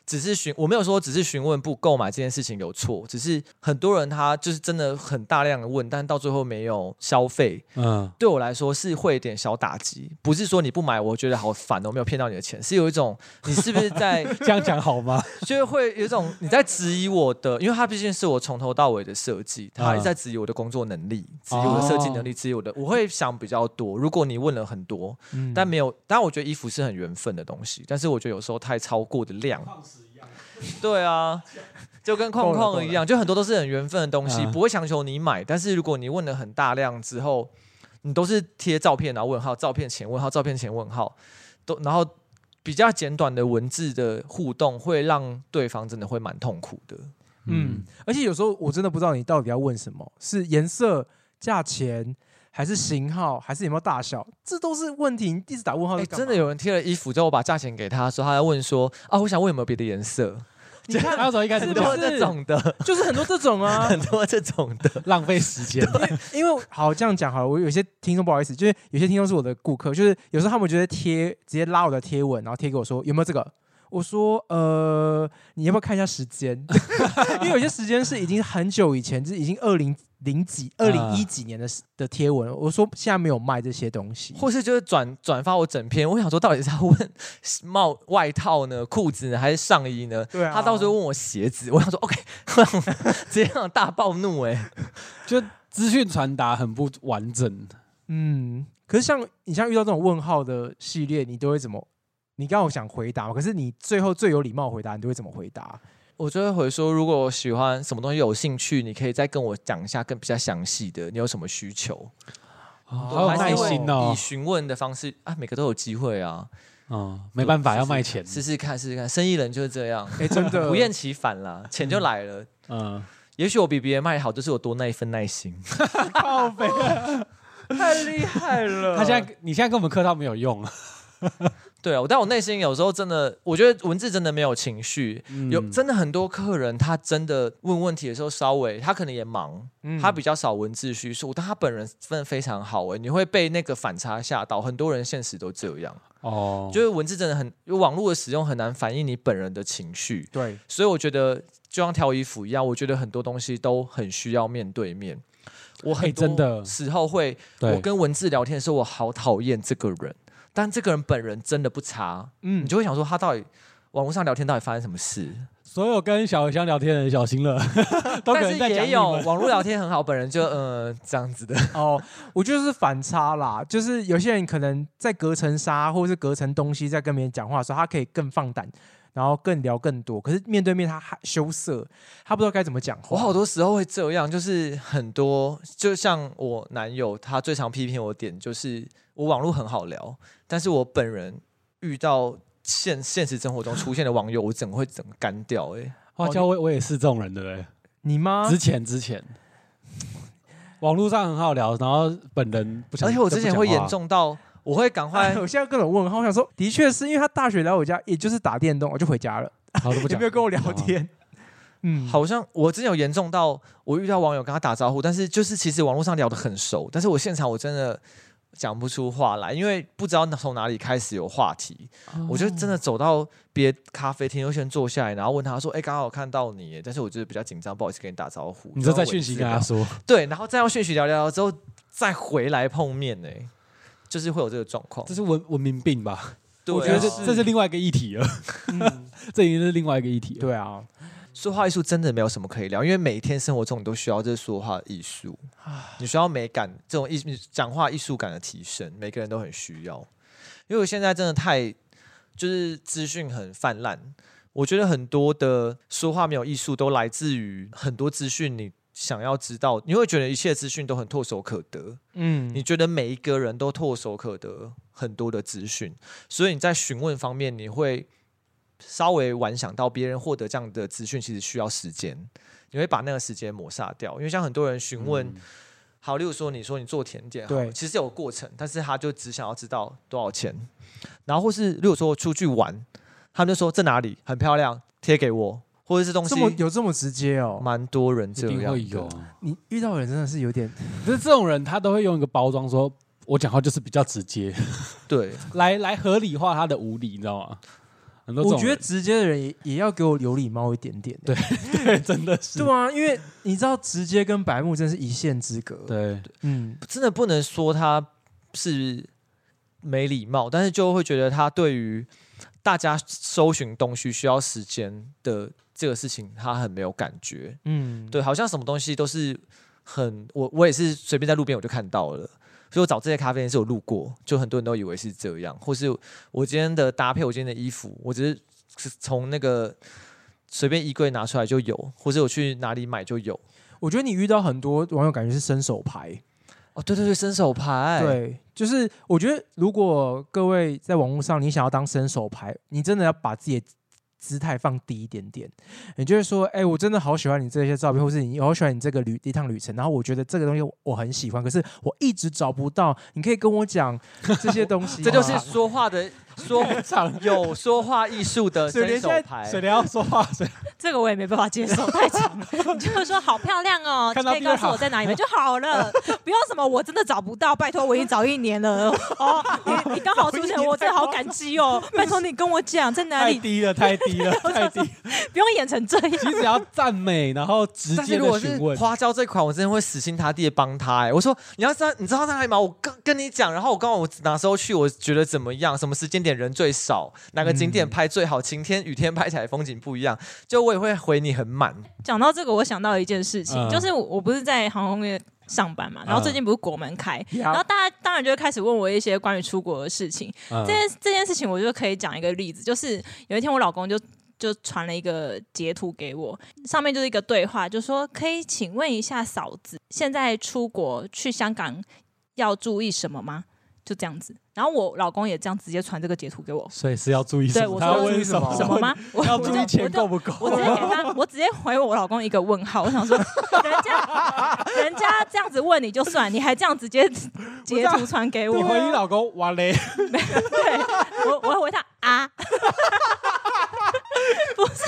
S4: 只是询，我没有说只是询问不购买这件事情有错，只是很多人他就是真的很大量的问，但到最后没有消费，
S1: 嗯，
S4: 对我来说是会有点小打击。不是说你不买，我觉得好烦哦，没有骗到你的钱，是有一种你是不是在
S1: 这样讲好
S4: (laughs)
S1: 吗？
S4: 就会有一种你在质疑我的，因为它毕竟是我从头到尾的设计，它还是在质疑我的工作能力，质疑我的设计能力，质疑我的，我会想比较多。如果你问了很多，
S3: 嗯
S4: 但没有，当然我觉得衣服是很缘分的东西，但是我觉得有时候太超过的量， (laughs) 对啊，就跟框框一样，就很多都是很缘分的东西，
S1: 嗯
S4: 不会强求你买，但是如果你问了很大量之后，你都是贴照片然啊后问号，照片前问号，照片前问号，都然后比较简短的文字的互动，会让对方真的会蛮痛苦的。
S3: 嗯，而且有时候我真的不知道你到底要问什么，是颜色、价钱，还是型号，还是有没有大小，这都是问题。你一直打问号
S4: 哎、
S3: 是干嘛，
S4: 真的有人贴了衣服之后，我把价钱给他的时候，他在问说啊，我想问有没有别的颜
S3: (laughs)
S4: 色，
S3: 你看
S1: 他从一开始
S4: 很
S1: 就
S4: 多
S3: 是
S4: 这种的，
S3: 就是很多这种
S4: (laughs)
S3: 啊。
S4: 很多这种的。
S1: 浪费时间，
S3: 因为好这样讲好了，我有些听众不好意思，就是有些听众是我的顾客，就是有时候他们觉得贴直接拉我的贴文，然后贴给我说有没有这个。我说，呃，你要不要看一下时间？ (laughs) 因为有些时间是已经很久以前，就是已经二零零几、二零一几年的的贴文了。我说现在没有卖这些东西，
S4: 或是就是转转发我整篇，我想说到底是要问帽外套呢、裤子呢，还是上衣呢？
S3: 对啊
S4: 他到时候问我鞋子，我想说 OK，我 (laughs) 想直接让大暴怒哎、
S1: 就资讯传达很不完整。
S3: 嗯，可是像你像遇到这种问号的系列，你都会怎么？你刚刚想回答，可是你最后最有礼貌的回答，你都会怎么回答？
S4: 我就会回说，如果喜欢什么东西有兴趣，你可以再跟我讲一下更比较详细的，你有什么需求？
S1: 好有
S4: 哦还是
S1: 耐
S4: 会
S1: 心哦
S4: 以，询问的方式啊，每个都有机会啊，
S1: 嗯，呃没办法，
S4: 对
S1: 要卖钱，
S4: 试试看，试试看，生意人就是这样，
S3: 哎、真
S4: (laughs)
S3: 的，
S4: 不厌其烦啦，钱就来了。
S1: 嗯，
S4: 也许我比别人卖好，就是我多那一份耐心。
S3: 靠背，太厉害了。
S4: 呃
S1: 他现在你现在跟我们客套没有用，
S4: 对啊，我但我内心有时候真的，我觉得文字真的没有情绪。有
S1: 嗯
S4: 真的很多客人，他真的问问题的时候，稍微他可能也忙，
S3: 嗯
S4: (laughs) 他比较少文字叙述，但他本人真的非常好哎、你会被那个反差吓到。很多人现实都这样，
S1: 哦，
S4: 就是文字真的很，因为网络的使用很难反映你本人的情绪，
S3: 对，
S4: 所以我觉得就像挑衣服一样，我觉得很多东西都很需要面对面。我
S1: 哎
S4: 很
S1: 真
S4: 多
S1: 的
S4: 时候会我
S1: 对，
S4: 跟文字聊天的时候，我好讨厌这个人，但这个人本人真的不差，
S3: 嗯
S4: 你就会想说他到底网络上聊天到底发生什么事？
S1: 所有跟小香聊天的人小心了， (laughs) 都可
S4: 但
S1: 能
S4: 是
S1: 在讲
S4: 也
S1: 你
S4: 有
S1: 们。 (laughs)
S4: 网络聊天很好，本人就呃这样子的，
S3: 哦，我觉得是反差啦，就是有些人可能在隔层纱或者是隔层东西在跟别人讲话的时候，他可以更放胆，然后更聊更多。可是面对面他害羞涩，他不知道该怎么讲话。
S4: 我好多时候会这样，就是很多就像我男友他最常批评我的点就是我网络很好聊，但是我本人遇到。现现实生活中出现的网友，我整个会整个干掉哎、欸
S1: 花椒，我我也是这种人，对不对？
S3: 你吗？
S1: 之前之前，网络上很好聊，然后本人不想，
S4: 而且我之前会
S1: 就不讲话
S4: 严，重到我会赶快
S1: (laughs)
S3: 哎， (laughs) 我现在各种问号，我想说，的确是因为他大学来我家，也就是打电动，我就回家了，
S1: 然后都不
S3: 也
S1: 讲，
S3: 没有跟我聊天。嗯，
S4: 好像我之前有严重到我遇到网友跟他打招呼，但是就是其实网络上聊得很熟，但是我现场我真的讲不出话来，因为不知道从哪里开始有话题，
S1: 哦，
S4: 我就真的走到别咖啡厅，就先坐下来，然后问他说：“哎、刚好有看到你耶，但是我就是比较紧张，不好意思跟你打招呼。”
S1: 你就在
S4: 然后
S1: 讯息
S4: 文字
S1: 跟他
S4: 聊
S1: 说，
S4: 对，然后再用讯息聊聊聊之后再回来碰面呢，就是会有这个状况
S1: 这。是文文明病吧？
S4: 对
S1: 我觉得
S4: 啊
S1: 这这是另外一个议题了，
S3: 嗯，
S1: 这已经是另外一个议题了。
S3: 对啊，
S4: 说话艺术真的没有什么可以聊，因为每天生活中你都需要这说话艺术，你需要美感这种艺你讲话艺术感的提升，每个人都很需要。因为我现在真的太就是资讯很泛滥，我觉得很多的说话没有艺术，都来自于很多资讯你想要知道，你会觉得一切资讯都很唾手可得，
S3: 嗯，
S4: 你觉得每一个人都唾手可得很多的资讯，所以你在询问方面，你会稍微晚想到别人获得这样的资讯其实需要时间，你会把那个时间抹杀掉，因为像很多人询问。好，例如说，你说你做甜点好了，
S3: 对
S4: 其实有过程，但是他就只想要知道多少钱，然后或是例如说出去玩，他们就说这哪里很漂亮，贴给我，或者是东西
S3: 这，么有这么直接哦？
S4: 蛮多人
S1: 一
S4: 这样
S1: 定会有
S4: 的。
S1: 啊。
S3: 你遇到的人真的是有点
S1: 可是这种人，他都会用一个包装说。我讲话就是比较直接，
S4: 对，
S1: 来来合理化他的无理，你知道吗？很多这
S3: 我
S1: 种
S3: 觉得
S1: 人
S3: 直接的人也也要给我有礼貌一点点。欸
S1: 对对，真的是
S3: 对啊，因为你知道直接跟白目真是一线之隔。，
S1: 对，
S3: 嗯，
S4: 真的不能说他是没礼貌，但是就会觉得他对于大家搜寻东西需要时间的这个事情，他很没有感觉。
S3: 嗯，
S4: 对，好像什么东西都是很我我也是随便在路边我就看到了。所以我找这些咖啡店是有路过，就很多人都以为是这样，或是我今天的搭配，我今天的衣服，我只是从那个随便衣柜拿出来就有，或者我去哪里买就有。
S3: 我觉得你遇到很多网友感觉是伸手牌，
S4: 哦，对对对，伸手牌，，
S3: 对，就是我觉得如果各位在网络上你想要当伸手牌，你真的要把自己的姿态放低一点点，你就会说，哎、我真的好喜欢你这些照片，或是你好喜欢你这个旅一趟旅程，然后我觉得这个东西我很喜欢，可是我一直找不到，你可以跟我讲这些东西吗，
S4: 这就是说话的说
S1: 常
S4: 有说话艺术的
S3: 水莲
S4: 伸
S3: 现
S4: 手
S3: 在
S4: 牌，
S1: 谁要说话，谁
S2: 这个我也没办法接受，太长了。
S1: (laughs)
S2: 你就是说好漂亮哦，
S1: 看到
S2: 可以
S1: 地方
S2: 告诉我在哪里买就好了，不用什么我真的找不到，拜托我已经找一
S1: (laughs)
S2: 年了哦，你你刚好出现，我真的好感激哦，拜托你跟我讲在哪
S1: 太
S2: 里，
S1: 低了，太低了，太低了。
S2: 不用演成这样。
S1: 你只要赞美，然后直
S4: 但是
S1: 接
S4: 如果
S1: 的
S4: 是
S1: 询问，
S4: 花椒这款，我真的会死心塌地的帮他、欸。我说你要知道，你知道在哪里吗？我跟跟你讲，然后我刚好我哪时候去，我觉得怎么样，什么时间点人最少，哪个景点拍最好，晴天雨天拍起来风景不一样。就我也会回你很满，
S2: 讲到这个，我想到一件事情，
S1: 嗯
S2: 就是我我不是在航空业上班嘛，然后最近不是国门开，然后
S3: 呀，
S2: 大家当然就会开始问我一些关于出国的事情。
S1: 嗯
S2: 这件这件事情，我就可以讲一个例子，就是有一天我老公就就传了一个截图给我，上面就是一个对话，就说可以请问一下嫂子，现在出国去香港要注意什么吗？就这样子。然后我老公也这样直接传这个截图给我，
S1: 所以是要注意什
S2: 对
S1: 么？
S2: 我
S1: 他
S2: 说
S1: 要问什
S3: 哦
S1: 么？
S2: 什么吗？
S1: (laughs)
S2: 我
S1: 要
S2: 我
S1: 注
S2: 就
S1: 意
S2: 我
S1: 钱
S2: 就
S1: 够不
S2: 我直
S1: (laughs) 够？
S2: 接给他，我直接回我老公一个问号。我想说，人家人家这样子问你就算，你还这样直接截图传给我，
S1: 你回你老公哇
S2: (laughs)
S1: 嘞，
S2: 对我我会回他啊， (laughs) 不是，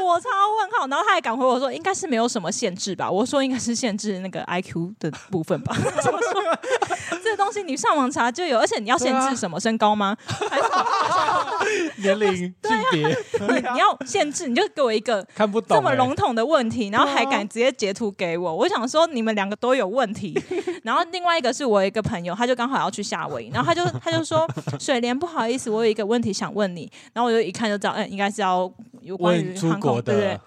S2: 我超问号，然后他还敢回我说应该是没有什么限制吧？我说应该是限制那个 IQ 的部分吧。 (laughs) 我说这个东西你上网查就有，而且你要限
S3: 对啊
S2: 制什么、身高吗？还是
S1: 年龄、性别
S3: 啊
S2: 你要限制你就给我一个
S1: 看不懂，欸哎啊
S2: 啊这么笼统的问题，然后还敢直接截图给我，我想说你们两个都有问
S1: (laughs)
S2: 题。然后另外一个是我一个朋友，他就刚好要去夏威夷，然后他就他就说水莲不好意思，我有一个问题想问你，然后我就一看就知道，嗯，应该是要有关于
S1: 问出
S2: 航
S1: 国
S2: 空，对不对
S1: 的？，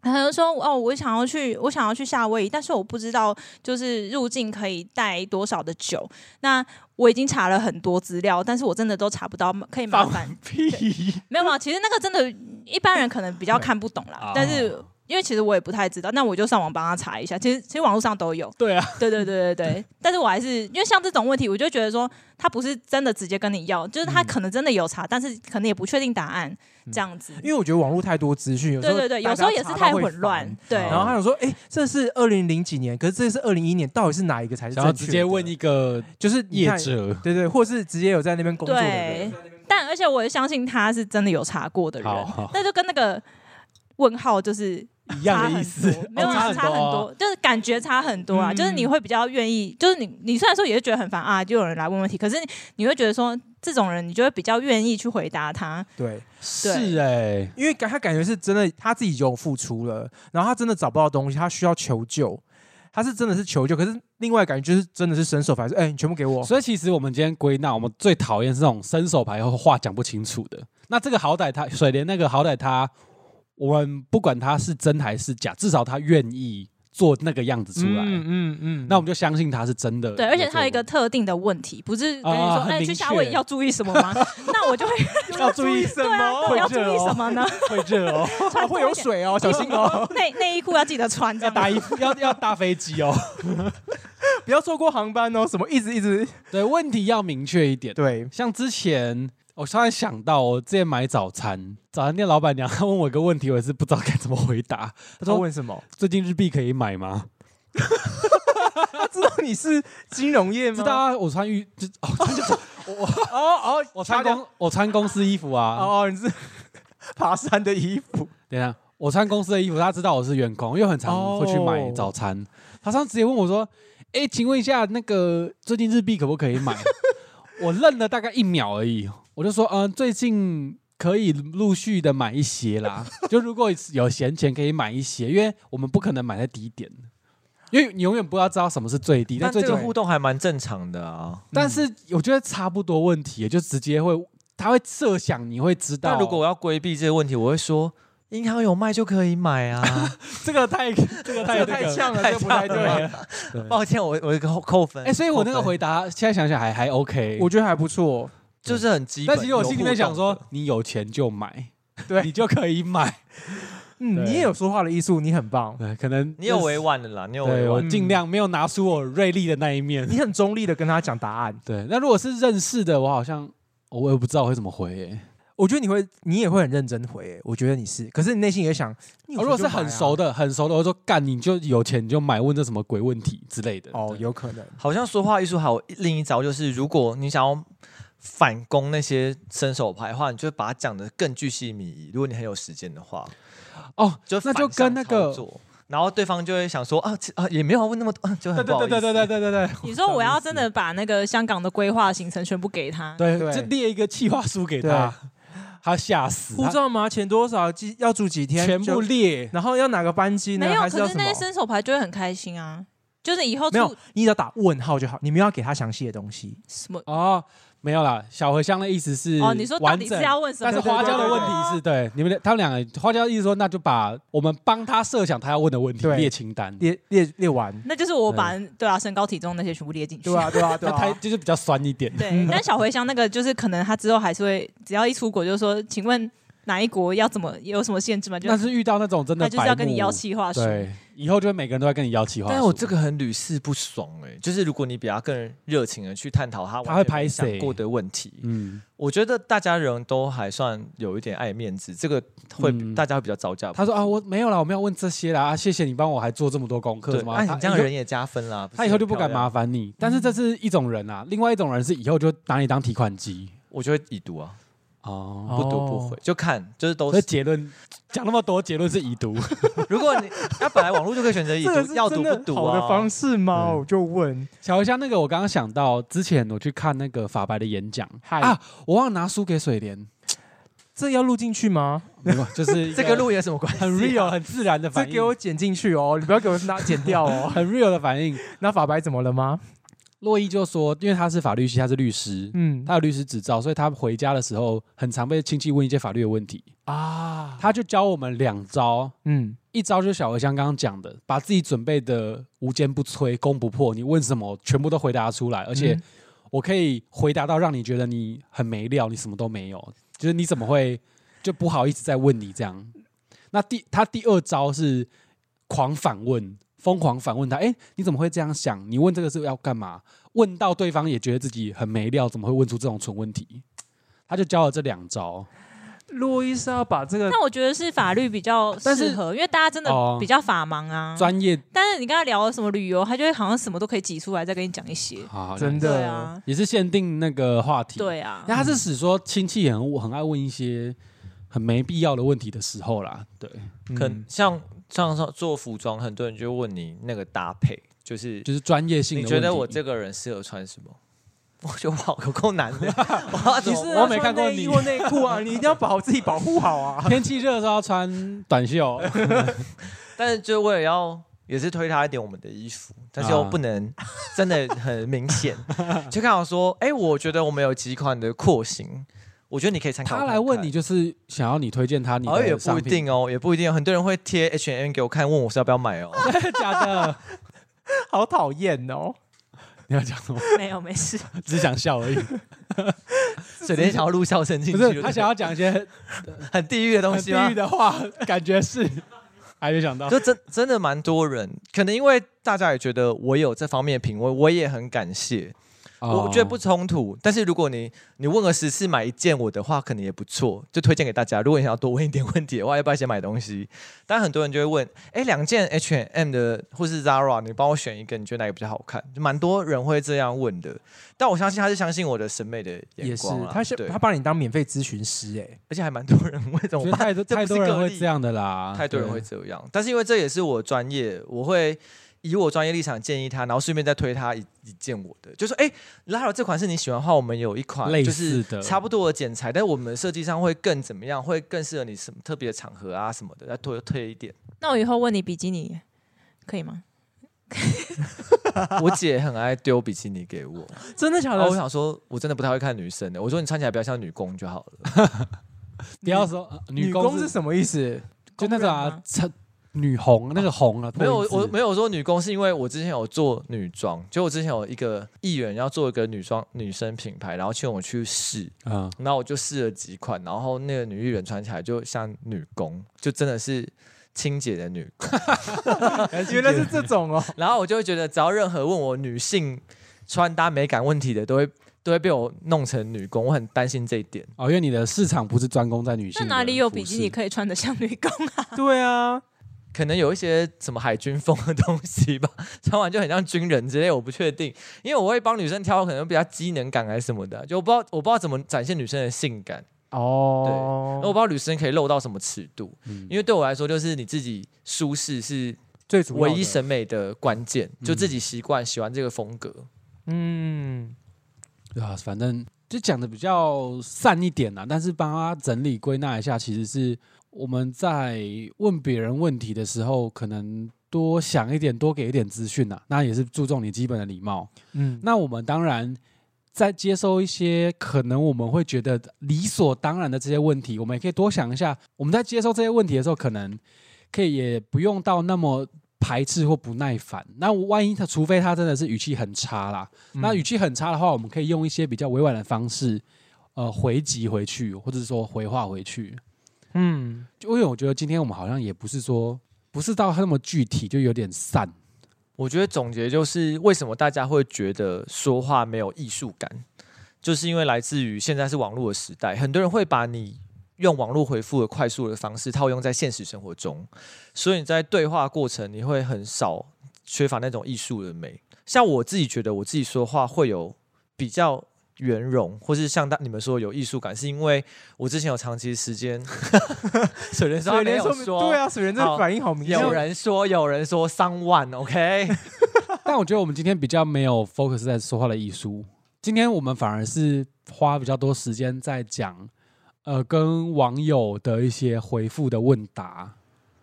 S2: 然后他就说哦，我想要去，我想要去夏威夷，但是我不知道就是入境可以带多少的酒。那我已经查了很多资料，但是我真的都查不到，可以麻
S1: 放
S2: 烦
S1: 屁！
S2: 没有没有，其实那个真的，一般人可能比较看不懂啦
S1: 哦。
S2: 但是因为其实我也不太知道，那我就上网帮他查一下。其实其实网络上都有，
S1: 对啊，
S2: (laughs) 对对对对对。但是我还是因为像这种问题，我就觉得说他不是真的直接跟你要，就是他可能真的有查，但是可能也不确定答案这样子。
S3: 因为我觉得网络太多资讯，有时
S2: 对
S3: 候
S2: 对对，
S3: 大
S2: 有时
S3: 家
S2: 候也是
S3: 查到
S2: 太
S3: 会
S2: 混
S3: 烦
S2: 乱。对，
S1: 哦
S3: 然后他想说，哎、这是二零零几年，可是这是二零一年，到底是哪一个才是
S1: 想要
S3: 正
S1: 直
S3: 确的？
S1: 接问一个
S3: 就是你
S1: 业
S3: 看
S1: 者，
S3: 对对，或是直接有在那边工作的
S2: 对
S3: 人，，
S2: 但而且我也相信他是真的有查过的人
S1: 好好，
S2: 那就跟那个问号就是
S1: (laughs) 一
S2: 差
S1: 样
S2: 很
S1: 的
S2: 多
S1: 意思，
S2: 没有
S1: 哦
S2: 啊差很
S1: 啊
S2: 多，就是感觉差很多啊，
S3: 嗯
S2: 就是你会比较愿意，就是你你虽然说也是觉得很烦啊，就有人来问问题，可是你你会觉得说这种人，你就会比较愿意去回答他，
S3: 对，
S1: 是哎，
S3: 因为感他感觉是真的，他自己有付出了，然后他真的找不到东西，他需要求救，他是真的是求救，可是另外感觉就是真的是伸手反正哎，你全部给我，
S1: 所以其实我们今天归纳，我们最讨厌是那种伸手牌后话讲不清楚的。那这个好歹他水莲那个好歹他，我们不管他是真还是假，至少他愿意做那个样子出来，
S3: 嗯嗯嗯
S1: 那我们就相信他是真的有做
S2: 对，
S1: 过。
S2: 而且它有一个特定的问题，不是跟你
S1: 啊
S2: 说，
S1: 很
S2: 哎，去
S1: 明
S2: 夏威
S1: 确
S2: 夷要注意什么吗？那我就会
S1: 要注
S3: (laughs)
S1: 意
S3: 什
S2: 对啊，那我要注意什么呢？
S1: 会热哦，
S3: (laughs)
S2: 穿多
S3: 会
S2: 一
S3: 有
S2: 点
S3: 水哦，小心哦， (laughs)
S2: 内内衣裤要记得穿，这
S1: (laughs) 要
S2: 样
S1: 搭衣服，要要搭飞机 (laughs) 哦。
S3: 不要错过航班哦，什么一直一直
S1: 对，问题要明确一点。
S3: 对，
S1: 像之前，我突然想到，我之前买早餐，早餐店老板娘她问我一个问题，我也是不知道该怎么回答。她
S3: 他说
S1: 说
S3: 问什么？：“
S1: 最近日币可以买吗
S3: (laughs) 他知道你是金融
S2: 嗯
S3: 业？”吗？
S1: 知道啊，我穿浴，就哦，穿就
S3: (laughs) 哦哦，
S1: 我穿
S3: 差点
S1: 公，我穿公司衣服啊。
S3: 哦，你是 (laughs) 爬山的衣服，
S1: 等一下，我穿公司的衣服，她知道我是员工，因为很常会去买
S3: 哦
S1: 早餐。她上次直接问我说：“哎，请问一下，那个最近日币可不可以买？” (laughs) 我愣了大概一秒而已，我就说：“嗯，最近。”可以陆续的买一些啦，就如果有闲钱可以买一些，因为我们不可能买在低点，因为你永远不要知道什么是最低。但
S4: 但
S1: 最
S4: 这
S1: 近
S4: 个互动还蛮正常的啊。
S1: 但是我觉得差不多问题，就直接会，他会设想你会知道。
S4: 但如果我要规避这个问题，我会说银行有卖就可以买啊。
S1: 这个太 (laughs) 这个太那
S3: 这个
S1: 个
S3: 太呛了，
S4: 太
S3: 这个不太
S4: 呛
S3: 对
S4: 了。
S1: 对
S4: 抱歉，我我有个扣扣分。
S1: 哎、所以我那个
S4: 扣分
S1: 回答现在想想还还 OK。
S3: 我觉得还不错，
S4: 就是很基本。
S1: 但其实我心里面想
S4: 有互
S1: 说
S4: 动的，，
S1: 你有钱就买，(laughs)
S3: 对
S1: 你就可以买。
S3: 嗯，
S1: 对
S3: 你也有说话的艺术，你很棒，
S1: 对，可能
S4: 你有
S1: 就是
S4: 委婉的啦，你有委
S1: 对我
S4: 婉。
S3: 嗯
S1: 尽量没有拿出我锐利的那一面。
S3: 你很中立的跟他讲答案，
S1: (laughs) 对，那如果是认识的，我好像我也不知道我会怎么回、欸。
S3: 我觉得你会，你也会很认真回、欸我觉得你是，可是你内心也想，你有
S1: 哦如果是
S3: 钱就买
S1: 很
S3: 啊
S1: 熟的，很熟的，我就说干，你就有钱你就买，问这什么鬼问题之类的。
S3: 哦，
S1: 对
S3: 有可能，
S4: 好像说话艺术还有另一招，就是如果你想要反攻那些伸手牌的话，你就把它讲的更具细靡遗。如果你很有时间的话，
S1: 哦，
S4: 就
S1: 那就
S4: 反向
S1: 跟那个
S4: 操作，然后对方就会想说啊其啊也没有要问那么多，啊就
S1: 对
S4: 很不
S1: 对
S4: 好
S1: 对
S4: 意思。
S1: 对对对对对
S2: (laughs)
S1: 对。
S2: 你说我要真的把那个香港的规划行程全部给他，
S1: 对，
S3: 对
S1: 就列一个企划书给他，嗯他吓死，
S3: 护照吗？钱多少？几要住几天？
S1: 全部
S3: 就，
S1: 列，
S3: 然后要哪个班机呢？
S2: 没有，
S3: 还是要
S2: 可是
S3: 什
S2: 那
S3: 么
S2: 些？伸手牌就会很开心啊，就是以后
S3: 没有
S2: 出，
S3: 你只要打问号就好，你们要给他详细的东西。
S2: 什么
S1: 哦，没有啦，小茴香的意思是
S2: 哦，你说到
S1: 完
S2: 底
S1: 整
S2: 是。要问什么？
S1: 但是花椒的问题是对你们俩他们两个花椒意思说，那就把我们帮他设想他要问的问题
S3: 对
S1: 列清单，
S3: 列列列完，
S2: 那就是我把对啊身高体重那些全部列进去。
S3: 对啊，对啊，
S1: (laughs)
S3: 对
S1: 那他
S3: 啊，
S1: 就是比较酸一点。
S2: (laughs) 哦对，但小茴香那个就是可能他之后还是会，只要一出国就说，请问哪一国要怎么有什么限制吗？就
S1: 但是遇到那种真的白目，
S2: 他就是要跟你要气话术。
S1: 对，以后就会每个人都在跟你要气话术。
S4: 但是我这个很屡试不爽哎、就是如果你比他更热情的去探讨他完
S1: 他会
S4: 全没
S1: 拍谁
S4: 想过的问题，
S1: 嗯，
S4: 我觉得大家人都还算有一点爱面子，这个会、
S1: 嗯
S4: 大家会比较招架不住。
S1: 他说啊，我没有啦，我没有问这些啦，啊，谢谢你帮我还做这么多功课
S4: 对，
S1: 什么。啊
S4: 那、
S1: 他
S4: 哎你这样
S1: 以后
S4: 人也加分啊啦。
S1: 他以后就不敢麻
S4: 嘛，
S1: 烦你。但是这是一种人
S4: 嗯
S1: 啊，另外一种人是以后就拿你当提款机
S4: 我就会已读啊，
S1: 哦。
S4: 不读不回，就看，就
S1: (laughs)
S4: 是都
S1: 所以
S4: 是。
S1: 结论讲那么多，结论是已读。
S4: 如果你他本来网络就可以选择已
S3: 这个
S4: 读，
S3: 是
S4: 要
S3: 真
S4: 读
S3: 的
S4: 不读
S3: 好的
S4: 啊
S3: 方。式吗？
S1: 嗯
S3: 我就问，
S1: 小一下那个，我刚刚想到之前我去看那个法白的演讲
S3: 嗨
S1: 啊，我忘了拿书给水莲，
S3: 这要录进去吗？
S1: 没
S3: (laughs)
S1: 有，就是一
S4: 这个路有什么关系？
S1: 很 real 很自然的
S3: 啊这
S1: 啊 (laughs) 反应，
S3: 给我剪进去哦，你不要给我拿剪掉哦。 (laughs)
S1: 很 real 的反应。
S3: 那法白怎么了吗？
S1: 洛伊就说，因为他是法律系，他是律师，
S3: 嗯
S1: 他有律师执照，所以他回家的时候很常被亲戚问一些法律的问题，
S3: 啊，
S1: 他就教我们两招，
S3: 嗯，
S1: 一招就是小茴香刚刚讲的，把自己准备的无坚不摧、攻不破，你问什么全部都回答出来，而且
S3: 嗯
S1: 我可以回答到让你觉得你很没料，你什么都没有，就是你怎么会就不好意思再问你这样？那第他第二招是狂反问，疯狂反问他，哎、你怎么会这样想？你问这个是要干嘛？问到对方也觉得自己很没料，怎么会问出这种蠢问题？他就教了这两招，
S3: 路易是要把这个
S2: 但我觉得是法律比较
S1: 但是
S2: 适合，因为大家真的
S1: 哦
S2: 比较法盲啊。
S3: 嗯
S1: 专业
S2: 但是你跟他聊什么旅游，他就会好像什么都可以挤出来，再跟你讲一些。
S1: 啊，
S3: 真
S2: 对
S3: 的
S2: 啊，
S1: 也是限定那个话题，
S2: 对
S1: (laughs)
S2: 啊。
S1: 那他是指说亲戚很很爱问一些很没必要的问题的时候啦，对，
S4: 可
S3: 嗯
S4: 像像像做服装，很多人就问你那个搭配，就是
S1: 就是专业性的
S4: 你
S1: 问题。
S4: 觉得我这个人适合穿什么？ (laughs) 我觉得我好有够难
S1: (laughs)
S4: 的，我要怎
S3: 你
S4: 么
S3: 是
S1: 我没看过
S3: 啊要穿
S1: 你
S3: 内衣或内裤 (laughs) 啊，你一定要保自己保护好啊。
S1: (laughs) 天气热的时候要穿短
S4: (laughs)
S1: 袖，
S4: 但是就为了要也是推他一点我们的衣服，但是又
S1: 啊
S4: 不能 (laughs) 真的很明显，就看到说，哎、我觉得我们有几款的廓形，我觉得你可以参考
S1: 他
S4: 看看。
S1: 来问你，就是想要你推荐他你
S4: 哦，也
S1: 的商
S4: 不一
S1: 品，
S4: 定哦，也不一定哦。很多人会贴 H M 给我看，问我是要不
S1: (laughs)
S4: 要买哦。
S1: 真的假
S4: (laughs)
S1: 的？
S3: (laughs) 好讨厌哦！
S1: 你要讲什么？
S2: 没有没事，
S1: 只是想笑而已，
S4: 水莲想要录笑声进
S1: 不
S4: 去，
S1: 是他想
S4: 要
S1: 要讲一些很
S4: 很地狱的 (laughs) 东西
S1: 地
S4: 吗
S1: 狱？的话，感觉是还没想到。
S4: 就真真的蛮多人，可能因为大家也觉得我有这方面的品味，我也很感谢。
S1: 哦
S4: 我觉得不冲突，但是如果你你问个十次买一件我的话，可能也不错，就推荐给大家。如果你想要多问一点问题的话，要不要先买东西？ (laughs) 但很多人就会问，哎，两件 H&M 的或是 Zara，你帮我选一个，你觉得哪个比较好看？就蛮多人会这样问的。但我相信他是相信我的审美的眼
S3: 也是啊
S4: 光啦，啊
S3: 他是
S4: 对
S3: 他，把你当免费咨询师哎，
S4: 而且还蛮多人问这
S1: 我
S4: 种
S1: 觉得，太多
S4: 这不
S1: 太
S4: 是
S1: 多人
S4: 个
S1: 会
S4: 例
S1: 这样的啦，
S4: 太多人会
S1: 啊对
S4: 这样。但是因为这也是我专业，我会以我专业立场建议他，然后顺便再推他一一件我的，就说哎、拉尔这款是你喜欢的话，我们有一款
S1: 类
S4: 就
S1: 似
S4: 是
S1: 的
S4: 差不多的剪裁，但我们设计上会更怎么样，会更适合你什么特别的场合啊什么的，再推推一点。
S2: 那我以后问你比基尼可以吗？
S4: 我姐很爱丢比基尼
S1: (laughs)
S4: 给我，
S3: 真的假
S4: 然后我
S3: 的？
S4: 想说，我真的不太会看女生的，我说你穿起来不要像女工就好
S1: (laughs)
S4: 了。
S1: 不要说呃
S3: 女
S1: 工
S3: 工是什么意思？
S1: 就那种
S2: 工人
S1: 啊
S2: 吗，
S1: 陈女红那个红啊，
S4: 没有，
S1: 破音字
S4: 我没有说女工，是因为我之前有做女装，就我之前有一个艺人要做一个女装女生品牌，然后请我去试，
S1: 嗯，
S4: 然后我就试了几款，然后那个女艺人穿起来就像女工，就真的是清洁的女工。
S3: 原来是这种哦，
S4: 然后我就会觉得，只要任何问我女性穿搭美感问题的，都会都会被我弄成女工，我很担心这一点。
S1: 哦，因为你的市场不是专攻在女性
S2: 那
S1: 的服饰，
S2: 哪里有比基尼可以穿得像女工啊？
S3: (laughs) 对啊，
S4: 可能有一些什么海军风的东西吧，穿完就很像军人之类，我不确定，因为我会帮女生挑，可能比较机能感还是什么的，就我不知道我不知道怎么展现女生的性感，
S3: 哦
S4: 那我不知道女生可以露到什么尺度，
S1: 嗯？
S4: 因为对我来说就是你自己舒适是
S3: 最主要
S4: 唯一
S3: 神，
S4: 审美的关键，就自己习惯喜欢这个风格。
S3: 嗯，
S1: 对啊，反正就讲的比较散一点啦，但是帮他整理归纳一下，其实是我们在问别人问题的时候，可能多想一点，多给一点资讯呐，那也是注重你基本的礼貌。
S3: 嗯，
S1: 那我们当然在接收一些可能我们会觉得理所当然的这些问题，我们也可以多想一下，我们在接收这些问题的时候，可能可以也不用到那么。排斥或不耐烦，那万一他，除非他真的是语气很差啦，
S3: 嗯
S1: 那语气很差的话，我们可以用一些比较委婉的方式，呃，回击回去，或者说回话回去。
S3: 嗯，
S1: 就因为我觉得今天我们好像也不是说，不是到那么具体，就有点散。
S4: 我觉得总结就是为什么大家会觉得说话没有艺术感，就是因为来自于现在是网络的时代，很多人会把你用网络回复的快速的方式套用在现实生活中，所以你在对话过程你会很少缺乏那种艺术的美。像我自己觉得我自己说话会有比较。圆融，或是像大你们说有艺术感，是因为我之前有长期时
S3: (laughs)
S4: 间，水莲说他没
S3: 水莲
S4: 有
S3: 说明
S4: 说，
S3: 对啊，水莲这
S4: 好
S3: 反应好明显，
S4: 有人说，有人说三万，OK， (laughs)
S1: 但我觉得我们今天比较没有 focus 在说话的艺术，今天我们反而是花比较多时间在讲，呃，跟网友的一些回复的问答，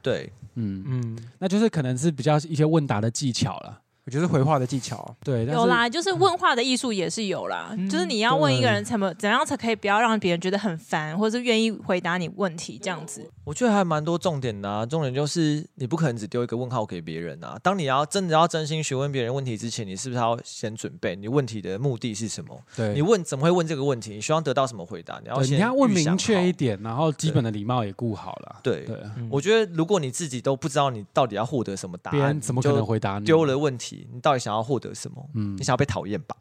S4: 对，
S1: 嗯，
S3: 嗯，
S1: 那就是可能是比较一些问答的技巧了。
S3: 我觉得是回话的技巧，啊
S1: 对，但
S2: 有
S1: 是嗯
S2: 啦，就是问话的艺术也是有啦，
S3: 嗯
S2: 就是你要问一个
S1: 对
S2: 人怎么怎样才可以不要让别人觉得很烦，或是愿意回答你问题这样子。
S4: 我觉得还蛮多重点的、啊，重点就是你不可能只丢一个问号给别人啊。当你要真的要真心询问别人问题之前，你是不是要先准备你问题的目的是什么？
S1: 对，
S4: 你问怎么会问这个问题？你希望得到什么回答？你要
S1: 对
S4: 先
S1: 你要问
S4: 预想
S1: 明确一
S4: 好。
S1: 点，然后基本的礼貌也顾好了。
S4: 对
S1: 对，
S3: 嗯
S4: 我觉得如果你自己都不知道你到底要获得什么答
S1: 别
S4: 案，
S1: 人怎么可能
S4: 会
S1: 回答你？
S4: 丢了问题？你到底想要获得什么？
S1: 嗯
S4: 你，想要被讨厌吧？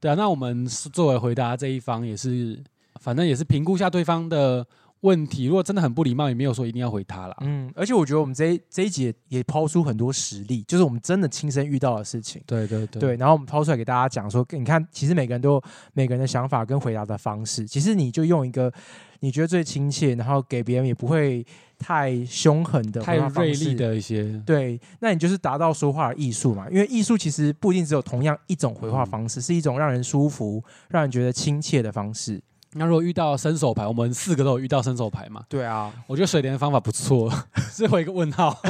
S1: 对啊，那我们是作为回答这一方，也是反正也是评估一下对方的问题。如果真的很不礼貌，也没有说一定要回他啦。
S3: 嗯，而且我觉得我们这一这一集也也抛出很多实例，就是我们真的亲身遇到的事情。
S1: 对对对
S3: 对，然后我们抛出来给大家讲说，你看，其实每个人都有每个人的想法跟回答的方式，其实你就用一个你觉得最亲切，然后给别人也不会太凶狠的、
S1: 太锐利。的一些，
S3: 对，那你就是达到说话的艺术嘛，因为艺术其实不一定只有同样一种回
S1: 嗯
S3: 话方式，是一种让人舒服、让人觉得亲切的方式。
S1: 那如果遇到伸手牌，我们四个都有遇到伸手牌嘛？
S3: 对啊，
S1: 我觉得水莲的方法不错， (laughs) 是回一个问号。 (laughs)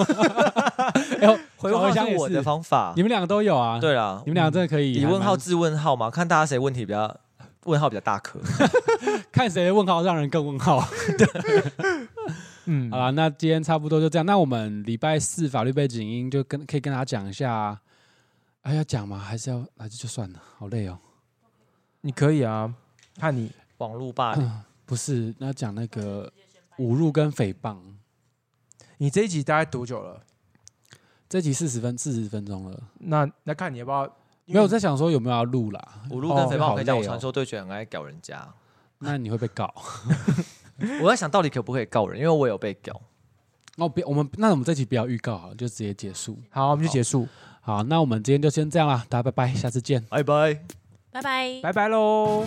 S1: 哎呦，
S4: (laughs) 回
S1: 好
S4: 话
S1: 像
S4: 是
S1: 也
S4: 我的
S1: 是
S4: 方法
S1: 你。们两个都有啊？，
S4: 对啦
S1: 你，们两个真的可以。
S4: 以问号自问号嘛，看大家谁问题比较问号比较大颗。 (laughs)
S1: 看谁的问号让人更问号。
S3: 嗯，
S1: 好啦，那今天差不多就这样。那我们礼拜四法律背景音就跟可以跟大家讲一下，哎，要讲吗？还是要还是就算了？好累哦。
S3: 你可以啊，看你
S4: 网络霸凌，
S1: 不是，那讲那个侮辱跟诽谤，
S3: 你这一集大概多久了？
S1: 这集四十分四十分钟了，
S3: 那那看你要不要？因为
S1: 没有我在想说有没有要录啦？
S4: (laughs) 五路跟
S3: 哦
S4: 肥胖我跟你讲，
S1: 好累哦
S4: 我传说对决很爱搞人家。
S1: 那你会被告。
S4: 我在想到底可不可以告人，因为我有被告。
S1: (laughs) 哦，别，我们那我们这集不要预告好了，就直接结束。
S3: 好，我们就结束，
S1: 好，那我们今天就先这样啦，大家拜拜，下次见。
S4: 拜拜。
S2: 拜拜。
S3: 拜拜喽。